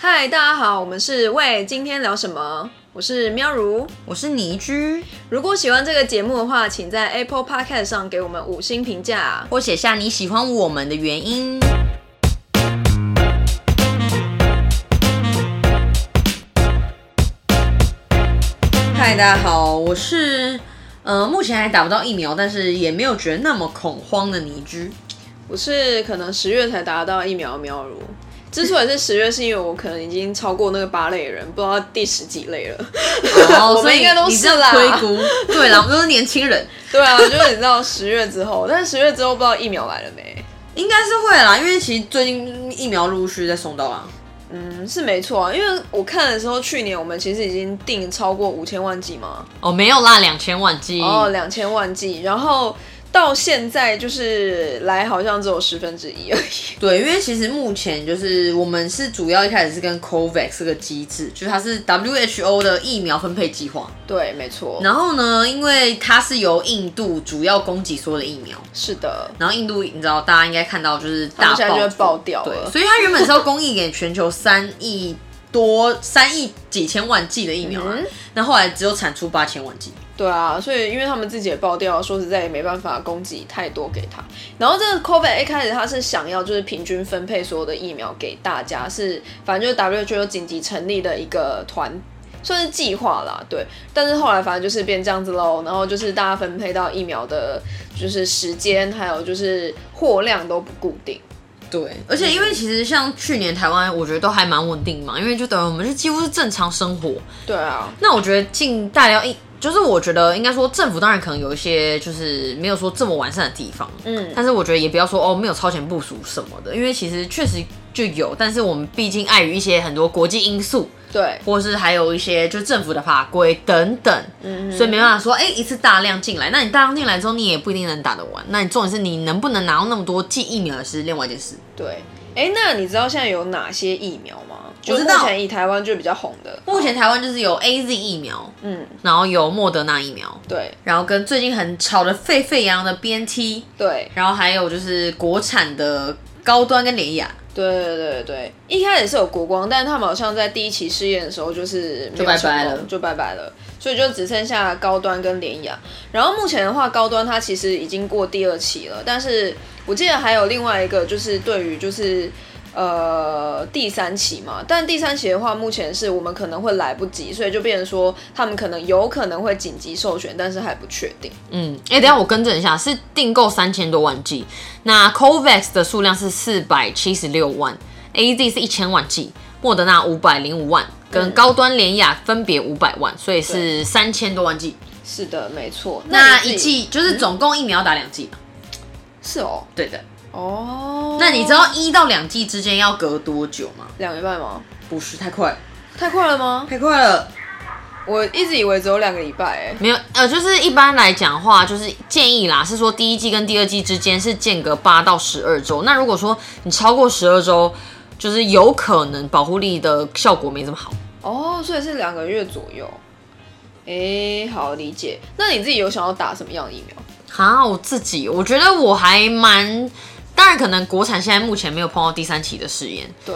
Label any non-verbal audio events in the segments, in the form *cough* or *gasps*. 嗨，大家好，我们是喂，今天聊什么？我是喵如。我是倪居，如果喜欢这个节目的话，请在 Apple Podcast 上给我们五星评价。或写下你喜欢我们的原因。嗨，大家好，我是呃，目前还打不到疫苗，但是也没有觉得那么恐慌的倪 *laughs* 居。我是可能十月才达到疫苗的喵如。之所以是十月，是因为我可能已经超过那个八类人，不知道第十几类了。 *laughs* 哦我们应该都是啦推估，对啦，我们都是年轻人，对啊，就是你知道十月之后， *laughs* 但是十月之后不知道疫苗来了没？应该是会啦，因为其实最近疫苗陆续在送到啊啦。嗯，是没错啊，因为我看的时候，去年我们其实已经订超过五千万剂嘛，哦，没有啦，两千万剂。哦，两千万剂，然后到现在就是来好像只有十分之一而已。对，因为其实目前就是我们是主要一开始是跟 COVAX 这个机制，就是它是 WHO 的疫苗分配计划。对，没错，然后呢，因为它是由印度主要供给所有的疫苗，是的，然后印度你知道大家应该看到就是大们现在就会爆爆掉对了，所以它原本是要供应给全球三亿多、三亿几千万剂的疫苗啊嗯，那、后来只有产出八千万剂。对啊，所以因为他们自己也爆掉，说实在也没办法供给太多给他。然后这个 COVID 一开始他是想要就是平均分配所有的疫苗给大家，是反正就是 WHO 紧急成立的一个团。算是计划啦，对，但是后来反正就是变这样子喽，然后就是大家分配到疫苗的，就是时间还有就是货量都不固定，对，而且因为其实像去年台湾，我觉得都还蛮稳定嘛，因为就等于我们是几乎是正常生活，对啊，那我觉得近大要一，就是我觉得应该说政府当然可能有一些就是没有说这么完善的地方，嗯，但是我觉得也不要说哦没有超前部署什么的，因为其实确实就有，但是我们毕竟碍于一些很多国际因素，对，或是还有一些就是政府的法规等等，嗯所以没办法说哎、一次大量进来，那你大量进来之后你也不一定能打得完，那你重点是你能不能拿到那么多剂疫苗是另外一件事。对，哎，那你知道现在有哪些疫苗吗？就知目道前以台湾就比较红的，目前台湾就是有 A Z 疫苗，嗯，然后有莫德纳疫苗，对然后跟最近很吵得沸沸扬扬的 B N T，对，然后还有就是国产的高端跟联雅，对对对对，一开始是有国光，但是他们好像在第一期试验的时候就是没有就拜成拜功了就拜拜了，所以就只剩下高端跟联雅。然后目前的话，高端它其实已经过第二期了，但是我记得还有另外一个，就是对于就是呃第三期嘛，但第三期的话，目前是我们可能会来不及，所以就变成说他们可能有可能会紧急授权，但是还不确定。嗯，哎、等一下我更正一下，是订购三千多万剂，那 COVAX 的数量是四百七十六万，A Z 是一千万剂，莫德纳五百零五万，跟高端联雅分别五百万，所以是三千多万剂。是的，没错。那你一自己剂就是总共疫苗打两剂，是哦，对的。哦，那你知道一到两剂之间要隔多久吗？两个礼拜吗？不是，太快了，太快了吗？太快了。我一直以为只有两个礼拜、欸，没有，呃，就是一般来讲话，就是建议啦，是说第一季跟第二季之间是间隔八到十二周。那如果说你超过十二周，就是有可能保护力的效果没这么好。哦，所以是两个月左右。诶，好理解。那你自己有想要打什么样的疫苗？哈，我自己我觉得我还蛮，当然可能国产现在目前没有碰到第三期的试验，对，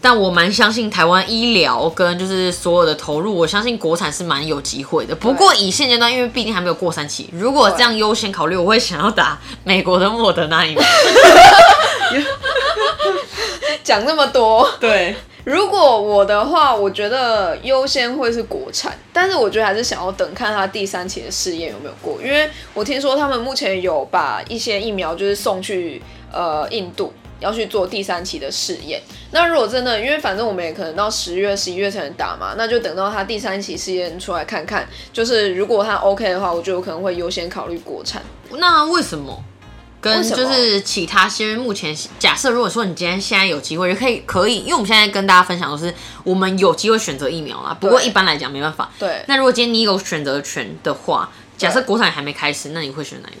但我蛮相信台湾医疗跟就是所有的投入，我相信国产是蛮有机会的。不过以现阶段，因为毕竟还没有过三期，如果这样优先考虑，我会想要打美国的莫德纳疫苗。讲那么多。对。如果我的话，我觉得优先会是国产，但是我觉得还是想要等看它第三期的试验有没有过，因为我听说他们目前有把一些疫苗就是送去呃印度。要去做第三期的试验，那如果真的，因为反正我们也可能到十月、十一月才能打嘛，那就等到它第三期试验出来看看。就是如果它 OK 的话，我就有可能会优先考虑国产。那为什么？跟为什么就是其他些，因为目前假设如果说你今天现在有机会，就可以可以，因为我们现在跟大家分享都是我们有机会选择疫苗啦。不过一般来讲没办法。对，那如果今天你有选择权的话，假设国产还没开始，那你会选哪一个？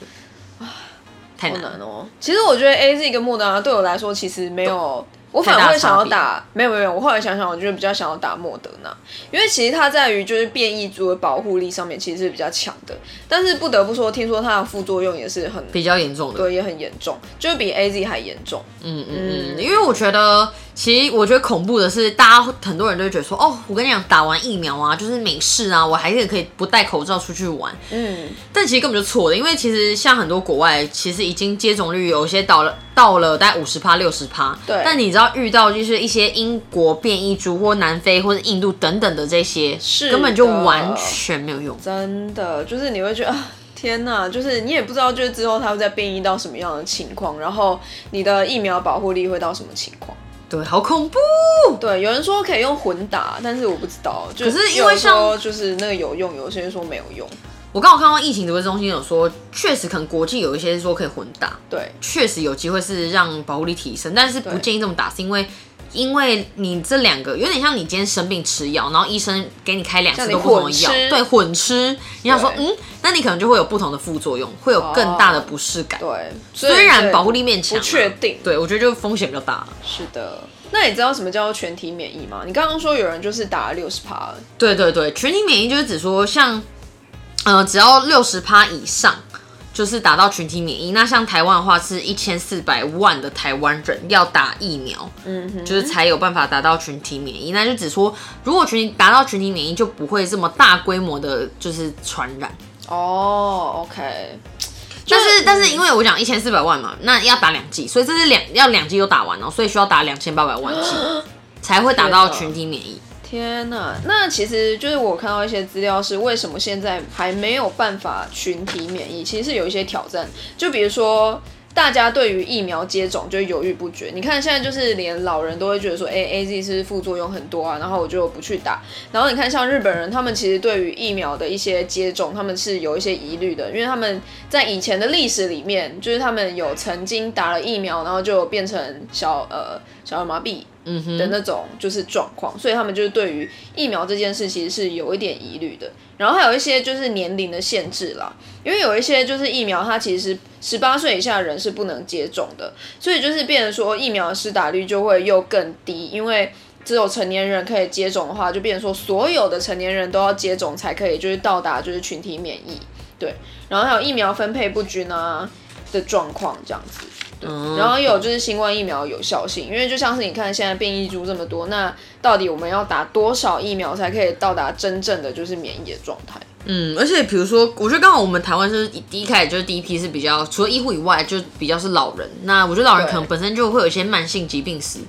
太好难难了。哦。其实我觉得 A Z 跟莫德纳啊对我来说其实没有，我反而会想要太大打，没有没有没有，我后来想想，我就是比较想要打莫德纳，因为其实它在于就是变异株的保护力上面其实是比较强的，但是不得不说，听说它的副作用也是很比较严重的，对，也很严重，就是比 A Z 还严重。嗯嗯嗯，因为我觉得其实我觉得恐怖的是，大家很多人都会觉得说，哦，我跟你讲，打完疫苗啊，就是没事啊，我还是可以不戴口罩出去玩。嗯，但其实根本就错的，因为其实像很多国外，其实已经接种率有些到了到了大概五十趴、六十趴。对但你知道遇到就是一些英国变异株或南非或者印度等等的这些，是根本就的完全没有用。真的就是你会觉得啊，天哪，就是你也不知道，就是之后它会再变异到什么样的情况，然后你的疫苗保护力会到什么情况。对，好恐怖。对，有人说可以用混打，但是我不知道。就可是因为有像说就是那个有用，有些人说没有用。我刚好看到疫情指挥中心有说，确实可能国际有一些说可以混打，对，确实有机会是让保护力提升，但是不对建议这么打，是因为因为你这两个有点像你今天生病吃药，然后医生给你开两次叫你都不同的药混吃，对，混吃，你想说对哦嗯，那你可能就会有不同的副作用，会有更大的不适感。对，虽所然以保护力面强啊，不确定对我觉得就风险比较大。是的。那你知道什么叫做全体免疫吗？你刚刚说有人就是打了六十趴，对对对，群体免疫就是指说像，呃，只要六十趴以上，就是达到群体免疫。那像台湾的话，是一千四百万的台湾人要打疫苗，嗯哼，就是才有办法达到群体免疫。那就只说，如果群体达到群体免疫，就不会这么大规模的，就是传染。哦，OK，但是嗯但是因为我讲一千四百万嘛，那要打两剂，所以这是两要两剂都打完哦，所以需要打两千八百万剂 *gasps* 才会达到天哪群体免疫。天呐，那其实就是我看到一些资料是为什么现在还没有办法群体免疫，其实是有一些挑战，就比如说。大家对于疫苗接种就犹豫不决。你看现在就是连老人都会觉得说，哎、a Z 是副作用很多啊，然后我就不去打。然后你看像日本人，他们其实对于疫苗的一些接种，他们是有一些疑虑的，因为他们在以前的历史里面，就是他们有曾经打了疫苗，然后就变成小呃小儿麻痹，嗯哼，的那种就是状况，所以他们就是对于疫苗这件事其实是有一点疑虑的。然后还有一些就是年龄的限制啦，因为有一些就是疫苗它其实十八岁以下的人是不能接种的，所以就是变成说疫苗的施打率就会又更低，因为。只有成年人可以接种的话，就变成说所有的成年人都要接种才可以，就是到达就是群体免疫，对。然后还有疫苗分配不均啊的状况这样子。嗯然后也有就是新冠疫苗有效性，因为就像是你看现在变异株这么多，那到底我们要打多少疫苗才可以到达真正的就是免疫的状态？嗯，而且比如说，我觉得刚好我们台湾是第一开始就是第一批是比较除了医护以外，就比较是老人。那我觉得老人对可能本身就会有一些慢性疾病史，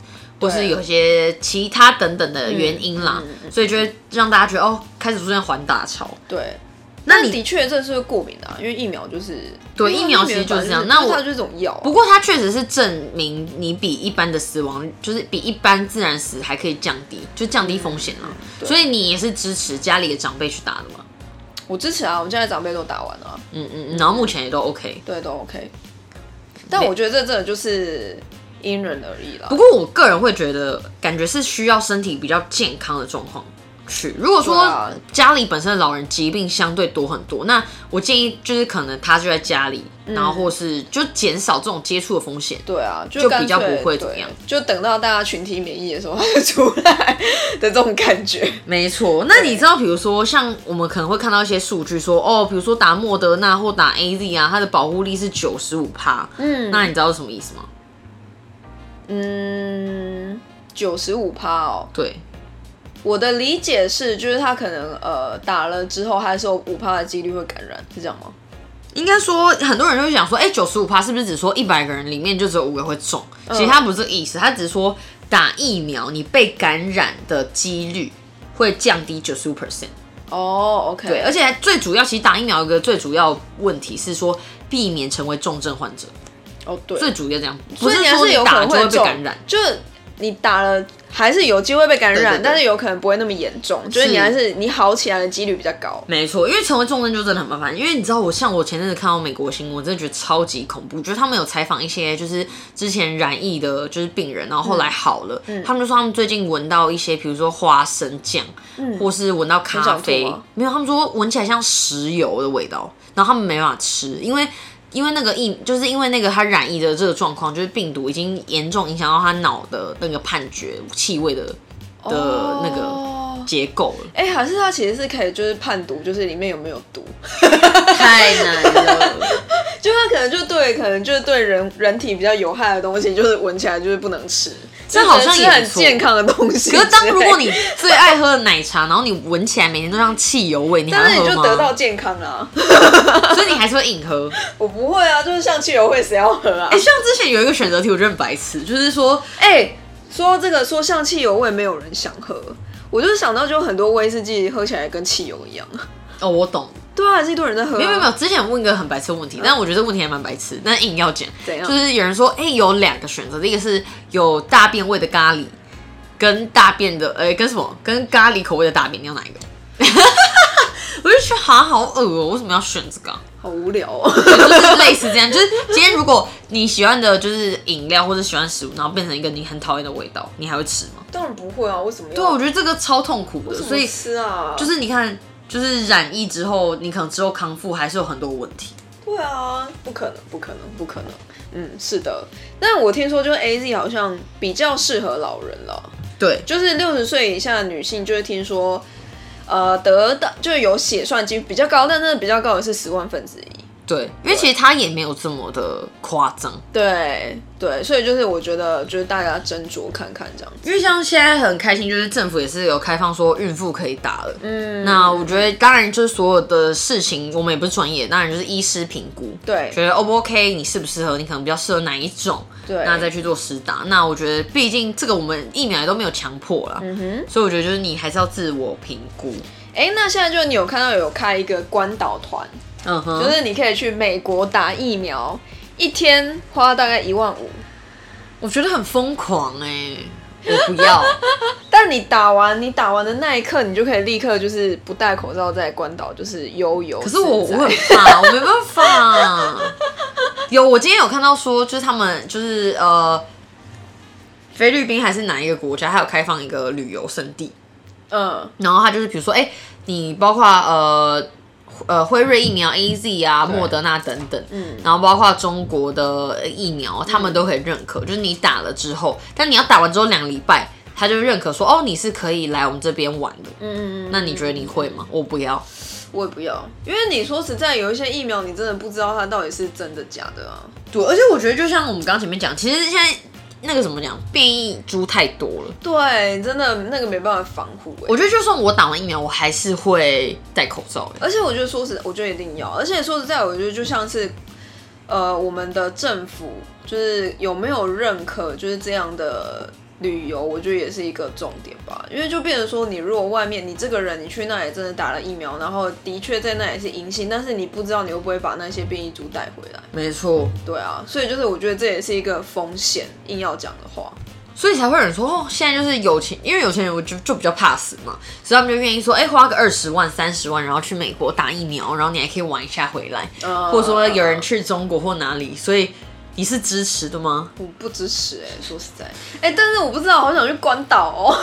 或是对有一些其他等等的原因啦，嗯嗯所以就会让大家觉得哦，开始出现环打潮。对，那但你的确这是过敏的、啊，因为疫苗就是对因为疫苗其实就是本来这样那我它就是一种药啊、不过它确实是证明你比一般的死亡，就是比一般自然死还可以降低，就降低风险啦。嗯对所以你也是支持家里的长辈去打的嘛？我支持啊，我们现在长辈都打完了啊、嗯嗯，嗯然后目前也都 OK。对，都 OK。但我觉得这真的就是因人而异啦不。过我个人会觉得，感觉是需要身体比较健康的状况去。如果对说啊家里本身的老人疾病相对多很多，那我建议就是可能他就在家里，然后或是就减少这种接触的风险。对啊，就就干比较脆不会怎么样，对就等到大家群体免疫的时候，它就出来的这种感觉。没错，那你知道，比如说像我们可能会看到一些数据说，哦，比如说打莫德纳或打 A Z 啊，它的保护力是九十五趴。嗯那你知道是什么意思吗？嗯，九十五趴哦。对，我的理解是，就是他可能呃打了之后，还是有五趴的几率会感染，是这样吗？应该说，很多人就会讲说，哎、九十五趴是不是只说一百个人里面就只有五个会中？嗯其实他不是这个意思，他只是说打疫苗你被感染的几率会降低九十五 percent。哦，OK、o k 对，而且最主要，其实打疫苗有一个最主要问题是说避免成为重症患者，哦对，最主要这样，不所以是你还说有可打能了就会被中感染。，就是你打了还是有机会被感染，对对对但是有可能不会那么严重，就是你还是你好起来的几率比较高。没错，因为成为重症就真的很麻烦。因为你知道我，像我前阵子看到美国新闻，我真的觉得超级恐怖。就是他们有采访一些就是之前染疫的，就是病人，然后后来好了，嗯他们就说他们最近闻到一些，比如说花生酱，或是闻到咖很啡，想吐啊没有，他们说闻起来像石油的味道，然后他们没办法吃，因为。因为那个疫，就是因为那个他染疫的这个状况，就是病毒已经严重影响到他脑的那个判觉、气味的的那个哦结构了。哎、还是他其实是可以就是判读，就是里面有没有毒，太难了。就它可能就对，可能就是对人人体比较有害的东西，就是闻起来就是不能吃。这好像就是也吃不很错健康的东西之 *laughs* 可类。是当如果你最爱喝的奶茶，然后你闻起来每天都像汽油味，你还但是会你喝就吗？得到健康啊！ *laughs* *laughs* 所以你还是会硬喝。我不会啊，就是像汽油会谁要喝啊哎、？像之前有一个选择题，我觉得很白痴，就是说，哎、说到这个，说像汽油味，没有人想喝。我就是想到，就很多威士忌喝起来跟汽油一样。 *laughs* 哦，我懂，对啊，还是一堆人在喝、啊。没有没有没有，之前问一个很白痴的问题，但我觉得这问题还蛮白痴，但硬要讲。嗯怎样就是有人说，哎、有两个选择，第一个是有大便味的咖喱，跟大便的，呃、跟什么？跟咖喱口味的大便，你要哪一个？ *laughs* 我就觉得好好恶哦、为什么要选这个啊、好无聊 *laughs* 哦。就是类似这样，就是今天如果你喜欢的就是饮料或者喜欢食物，然后变成一个你很讨厌的味道，你还会吃吗？当然不会啊，为什么要？对，我觉得这个超痛苦的，怎么所以吃啊，就是你看，就是染疫之后，你可能之后康复还是有很多问题。对啊，不可能，不可能，不可能。嗯，是的。但我听说，就是 A Z 好像比较适合老人了，对，就是六十岁以下的女性，就是听说，呃，得到就是有血栓机比较高，但真的比较高的是十万分之一。对，因为其实他也没有这么的夸张，对对，所以就是我觉得，就是大家斟酌看看这样子。因为像现在很开心，就是政府也是有开放说孕妇可以打了。嗯，那我觉得当然就是所有的事情，我们也不是专业，当然就是医师评估，对觉得 O 不 OK，你适不适合，你可能比较适合哪一种，对那再去做施打。那我觉得毕竟这个我们疫苗也都没有强迫啦，嗯哼，所以我觉得就是你还是要自我评估，哎、那现在就你有看到有开一个关岛团，嗯哼，就是你可以去美国打疫苗，一天花大概一万五，我觉得很疯狂哎、我不 *laughs* 要。但你打完，你打完的那一刻，你就可以立刻就是不戴口罩在关岛，就是悠游可自是在。我我很怕，我没办法。有，我今天有看到说，就是他们就是呃，菲律宾还是哪一个国家，还有开放一个旅游胜地，嗯，然后它就是比如说，哎、你包括呃。呃，辉瑞疫苗、A Z 啊、莫德纳等等，嗯，然后包括中国的疫苗，他们都可以认可，就是你打了之后，但你要打完之后两个礼拜，他就认可说，哦，你是可以来我们这边玩的，嗯嗯，那你觉得你会吗？我不要，我也不要，因为你说实在，有一些疫苗你真的不知道它到底是真的假的啊。对，而且我觉得就像我们刚刚前面讲，其实现在那个怎么讲，变异株太多了。对，真的那个没办法防护、欸。我觉得就算我打完疫苗，我还是会戴口罩欸的。而且我觉得说实，我觉得一定要。而且说实在，我觉得就像是，呃，我们的政府就是有没有认可就是这样的旅游，我觉得也是一个重点吧。因为就变成说，你如果外面你这个人你去那里真的打了疫苗，然后的确在那里是阴性，但是你不知道你会不会把那些变异株带回来。没错，对啊，所以就是我觉得这也是一个风险。硬要讲的话，所以才会有人说，哦，现在就是有钱，因为有钱人我就就比较怕死嘛，所以他们就愿意说，哎、花个二十万、三十万，然后去美国打疫苗，然后你还可以玩一下回来，呃或者说有人去中国或哪里，所以你是支持的吗？我不支持哎、说实在哎、但是我不知道，好想去关岛哦，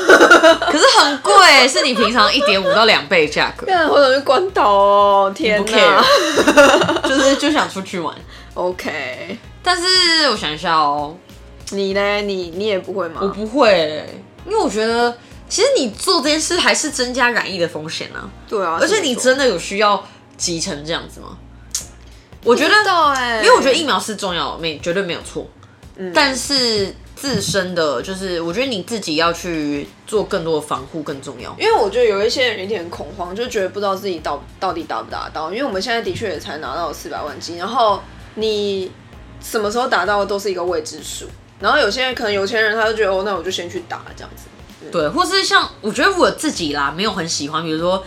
可是很贵，是你平常一点五到两倍 *laughs* 的价格，对啊，好想去关岛哦，天不哪！ care，就是就想出去玩。 OK，但是我想一下哦，你呢？你你也不会吗？我不会欸、因为我觉得其实你做这件事还是增加染疫的风险啊。对啊，而且这你么真的有需要急成这样子吗？我觉说得，不知道哎、因为我觉得疫苗是重要，没绝对没有错。嗯但是自身的就是，我觉得你自己要去做更多的防护更重要。因为我觉得有一些人有点恐慌，就觉得不知道自己到到底打不打得到，因为我们现在的确也才拿到四百万剂，然后你什么时候打到都是一个未知数。然后有些人可能有钱人他就觉得哦，那我就先去打这样子。对，或是像我觉得我自己啦，没有很喜欢，比如说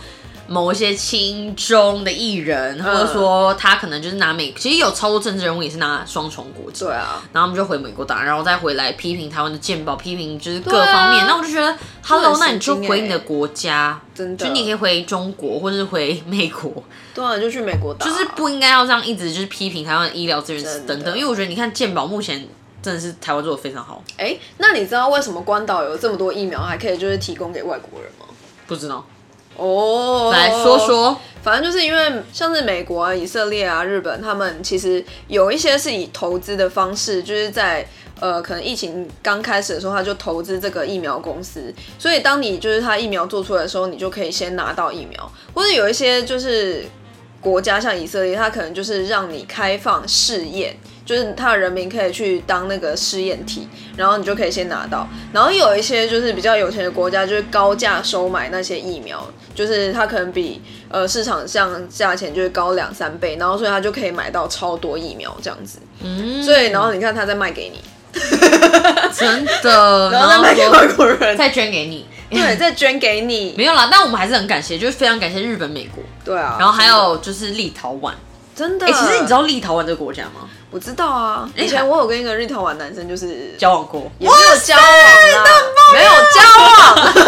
某一些亲中的艺人，或者说他可能就是拿美，其实有超多政治人物也是拿双重国籍，对啊，然后我们就回美国打，然后再回来批评台湾的健保，批评就是各对啊方面。那我就觉得，Hello，那你神就经回你的欸国家，真的就你可以回中国或者是回美国， *laughs* 对啊，你就去美国打，就是不应该要这样一直就是批评台湾的医疗资源真的等等。因为我觉得你看健保目前真的是台湾做的非常好，哎、那你知道为什么关岛有这么多疫苗还可以就是提供给外国人吗？不知道哦，来说说，反正就是因为像是美国啊、以色列啊、日本，他们其实有一些是以投资的方式，就是在呃可能疫情刚开始的时候，他就投资这个疫苗公司，所以当你就是他疫苗做出来的时候，你就可以先拿到疫苗，或者有一些就是。国家，像以色列，它可能就是让你开放试验，就是它的人民可以去当那个试验体，然后你就可以先拿到。然后有一些就是比较有钱的国家，就是高价收买那些疫苗，就是它可能比呃市场上价钱就是高两三倍，然后所以它就可以买到超多疫苗这样子。嗯，所以然后你看它再卖给你， *laughs* 真的， *laughs* 嗯然后再卖给说外国人， *laughs* 再捐给你， *laughs* 对，再捐给你。没有啦，但我们还是很感谢，就是非常感谢日本、美国，对啊，然后还有就是立陶宛。真的，哎、其实你知道立陶宛这个国家吗？我知道啊，以前我有跟一个日头玩男生就是交往过，也没有交往啦，没有交往， *laughs*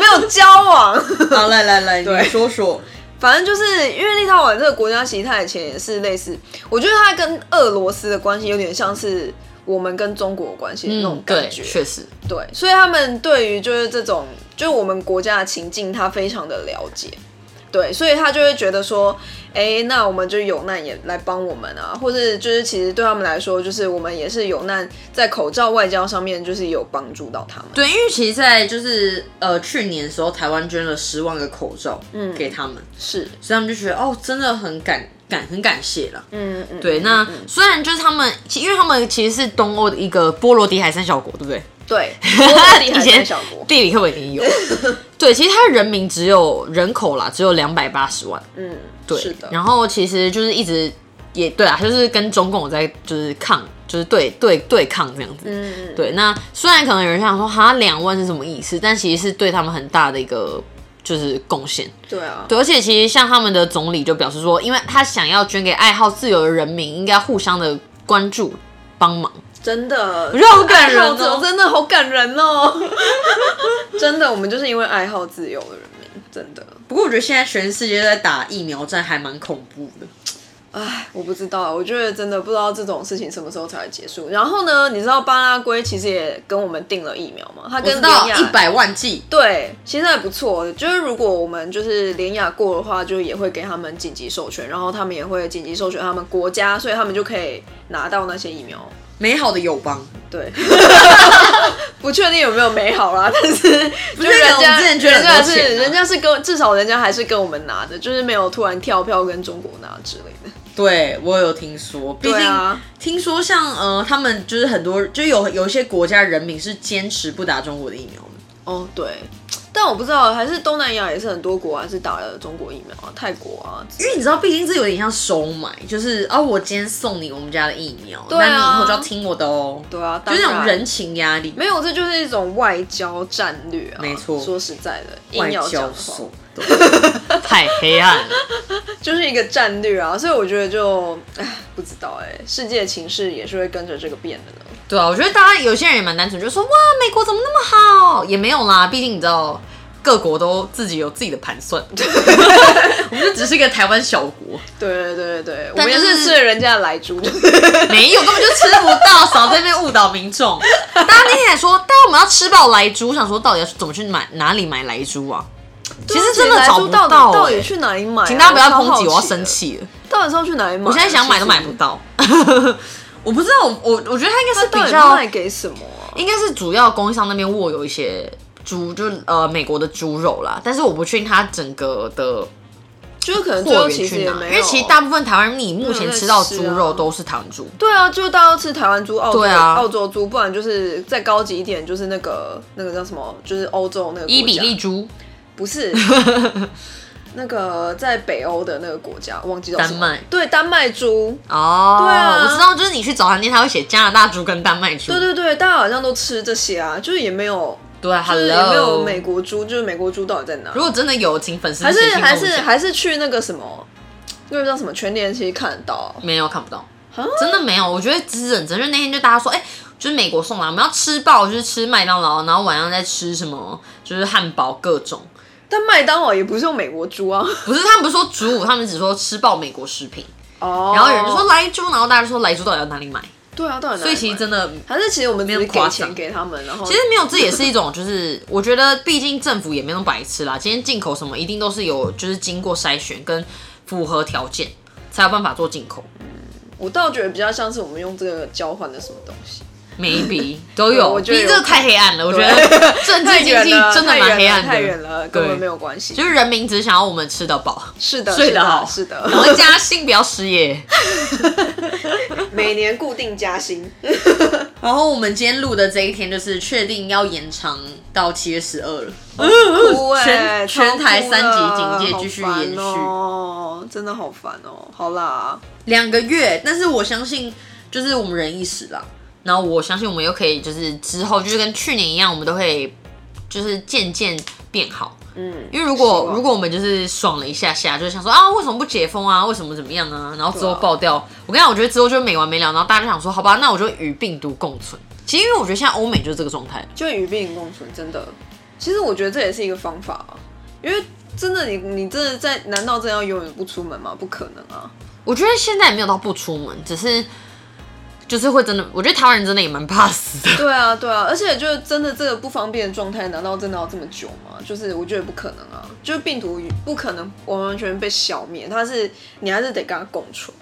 没有交往。 *laughs* 好，来来来，对你说说，反正就是因为立陶宛这个国家，其实它以前也是类似，我觉得它跟俄罗斯的关系有点像是我们跟中国的关系的那种感嗯对，觉。确实，对，所以他们对于就是这种就是我们国家的情境，他非常的了解。对，所以他就会觉得说，哎，那我们就有难也来帮我们啊，或者就是其实对他们来说，就是我们也是有难，在口罩外交上面就是有帮助到他们。对，因为其实，在就是呃去年的时候，台湾捐了十万个口罩，嗯，给他们，是，所以他们就觉得哦，真的很感感很感谢了。嗯嗯，对，那虽然就是他们，其因为他们其实是东欧的一个波罗的海三小国，对不对？对，波罗的 *laughs* 以海前三小国，地理课本已经有。对，其实它人民只有人口啦，只有两百八十万。嗯，对，是的，然后其实就是一直也对啊，就是跟中共有在就是抗，就是对对对抗这样子。嗯，对，那虽然可能有人想说哈两万是什么意思，但其实是对他们很大的一个就是贡献。对啊，对，而且其实像他们的总理就表示说，因为他想要捐给爱好自由的人民，应该互相的关注帮忙。真的，觉得好感人哦爱好自由真的好感人哦， *laughs* 真的，我们就是因为爱好自由的人民，真的。 *laughs* 不过我觉得现在全世界都在打疫苗战，还蛮恐怖的。唉，我不知道，我觉得真的不知道这种事情什么时候才会结束。然后呢，你知道巴拉圭其实也跟我们订了疫苗嘛，他我跟知道联雅一百万剂，对，其实还不错。就是如果我们就是联雅过的话，就也会给他们紧急授权，然后他们也会紧急授权他们国家，所以他们就可以拿到那些疫苗。美好的友邦。对， *laughs* 不确定有没有美好啦， *laughs* 但是就是是人我家们之前捐人了很家多是钱啊人家是跟至少人家还是跟我们拿的，就是没有突然跳票跟中国拿之类的。对我有听说，毕竟、对啊听说像呃，他们就是很多，就有有一些国家人民是坚持不打中国的疫苗的。哦，对，但我不知道，还是东南亚也是很多国还是打了中国疫苗啊，泰国啊，因为你知道，毕竟这有点像收买，就是哦，我今天送你我们家的疫苗，对啊那你以后就要听我的哦。对啊，就当是那种然人情 *laughs* 压力，没有，这就是一种外交战略啊。没错说实在的，硬外要讲交的话 *laughs* 手段，太黑暗了。就是一个战略啊，所以我觉得就唉，不知道哎、世界情势也是会跟着这个变的呢。对啊，我觉得大家有些人也蛮单纯，就说哇，美国怎么那么好？也没有啦，毕竟你知道，各国都自己有自己的盘算， *laughs* 我们就只是一个台湾小国，对对对对对，我但们也就是是吃了人家的来猪，没有根本就吃不到，少在那边误导民众。大家那天还说，但我们要吃饱来猪，我想说到底要怎么去买哪里买来猪啊？其实真的来找猪不到底到、到欸底去哪里买啊、请大家不要超抨好击，我要的生。气了。到底是要去哪里买啊、我现在想买都买不其实。到，哦 *laughs* 我不知道，我我我觉得它应该 *laughs* 是到比底较卖给什么啊、应该是主要供应商那边握有一些猪，就是呃美国的猪肉啦，但是我不确定它整个的就是可能最货后源其实去也哪，没有，因为其实大部分台湾你目前吃到的猪没有在吃啊肉都是台湾猪，对啊，就大家都吃台湾猪、澳洲、对啊澳洲猪，不然就是再高级一点，就是那个那个叫什么，就是欧洲那个国家伊比利猪、不是那个在北欧的那个国家，忘记叫什么丹麦对，丹麦猪，哦，对啊我知道，就是你去早餐店，他会写加拿大猪跟丹麦猪，对对对，大家好像都吃这些啊，就是也没有，对就，Hello，是也没有美国猪，就是美国猪到底在哪？如果真的有，请粉丝还写是信还跟我是讲还是去那个什么，那个叫什么全联，其实看得到啊、没有看不到，真的没有。我觉得只是认真，就那天就大家说，哎、就是美国送来，我们要吃爆，就是吃麦当劳，然后晚上再吃什么，就是汉堡各种。但麦当劳也不是用美国猪啊。不是，他们不是说主舞，他们只说吃爆美国食品。哦， *laughs* 然后有人就说莱猪，然后大家就说莱猪到底要哪里买？对啊，到底哪里所以其实买真的，还是其实我们只有是给夸钱张给他们，然后其实没有，这也是一种，就是我觉得，毕竟政府也没那么白痴啦。今天进口什么，一定都是有就是经过筛选跟符合条件，才有办法做进口。我倒觉得比较像是我们用这个交换的什么东西， *laughs* ，maybe 都对有。我毕觉得竟有这个可太黑暗了，我觉得 *laughs* 政治太经远济了，真的太蛮黑远了暗太远的。了，根对本没有关系。就是人民只想要我们吃得饱，是的，睡是得好的，是的然。后加薪不要失业。 *laughs* 每年固定加薪， *laughs* 然后我们今天录的这一天就是确定要延长到七月十二了，哭欸 *laughs* 全全台三级警戒继续超哭了延续好烦哦，真的好烦哦。好啦，两个月。但是我相信，就是我们忍一时啦。然后我相信我们又可以，就是之后就是跟去年一样，我们都会就是渐渐变好。嗯，因为如希果望如果我们就是啊爽了一下下，就是想说啊，为什么不解封啊？为什么怎么样啊？然后之后对啊爆掉，我跟你讲，我觉得之后就没完没了。然后大家就想说，好吧，那我就与病毒共存。其实因为我觉得现在欧美就是这个状态，就与病共存，真的。其实我觉得这也是一个方法啊，因为真的你你真的在，难道真的要永远不出门吗？不可能啊。 *laughs* 我觉得现在也没有到不出门，只是就是会真的，我觉得台湾人真的也蛮怕死 *laughs* 的。对啊，对啊，而且就是真的这个不方便的状态，难道真的要这么久吗？就是我觉得不可能啊，就是病毒不可能完完全全被消灭，它是你还是得跟它共存，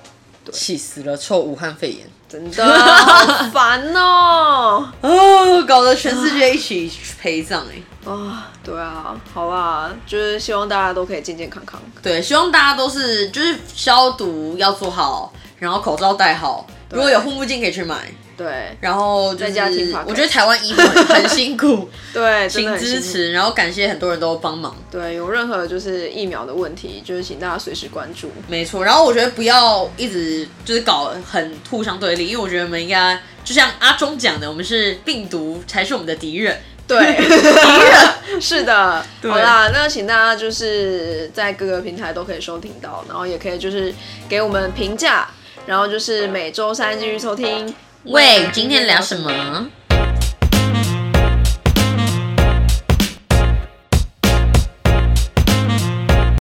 气死了，臭武汉肺炎真的啊 *laughs* 好烦哦、哦，搞得全世界一起陪葬哎、啊、对啊，好啦，就是希望大家都可以健健康康。对，希望大家都是就是消毒要做好，然后口罩戴好，如果有护目镜可以去买。对然后就在是家听 podcast 我觉得台湾医护很很辛苦，对，真的请很支辛苦。持，然后感谢很多人都帮忙，对，有任何就是疫苗的问题，就是请大家随时关注。没错。然后我觉得不要一直就是搞很互相对立，因为我觉得我们应该就像阿忠讲的，我们是病毒才是我们的敌人。对，是的，对好啦，那请大家就是在各个平台都可以收听到，然后也可以就是给我们评价，然后就是每周三继续收听。喂，今天聊什么？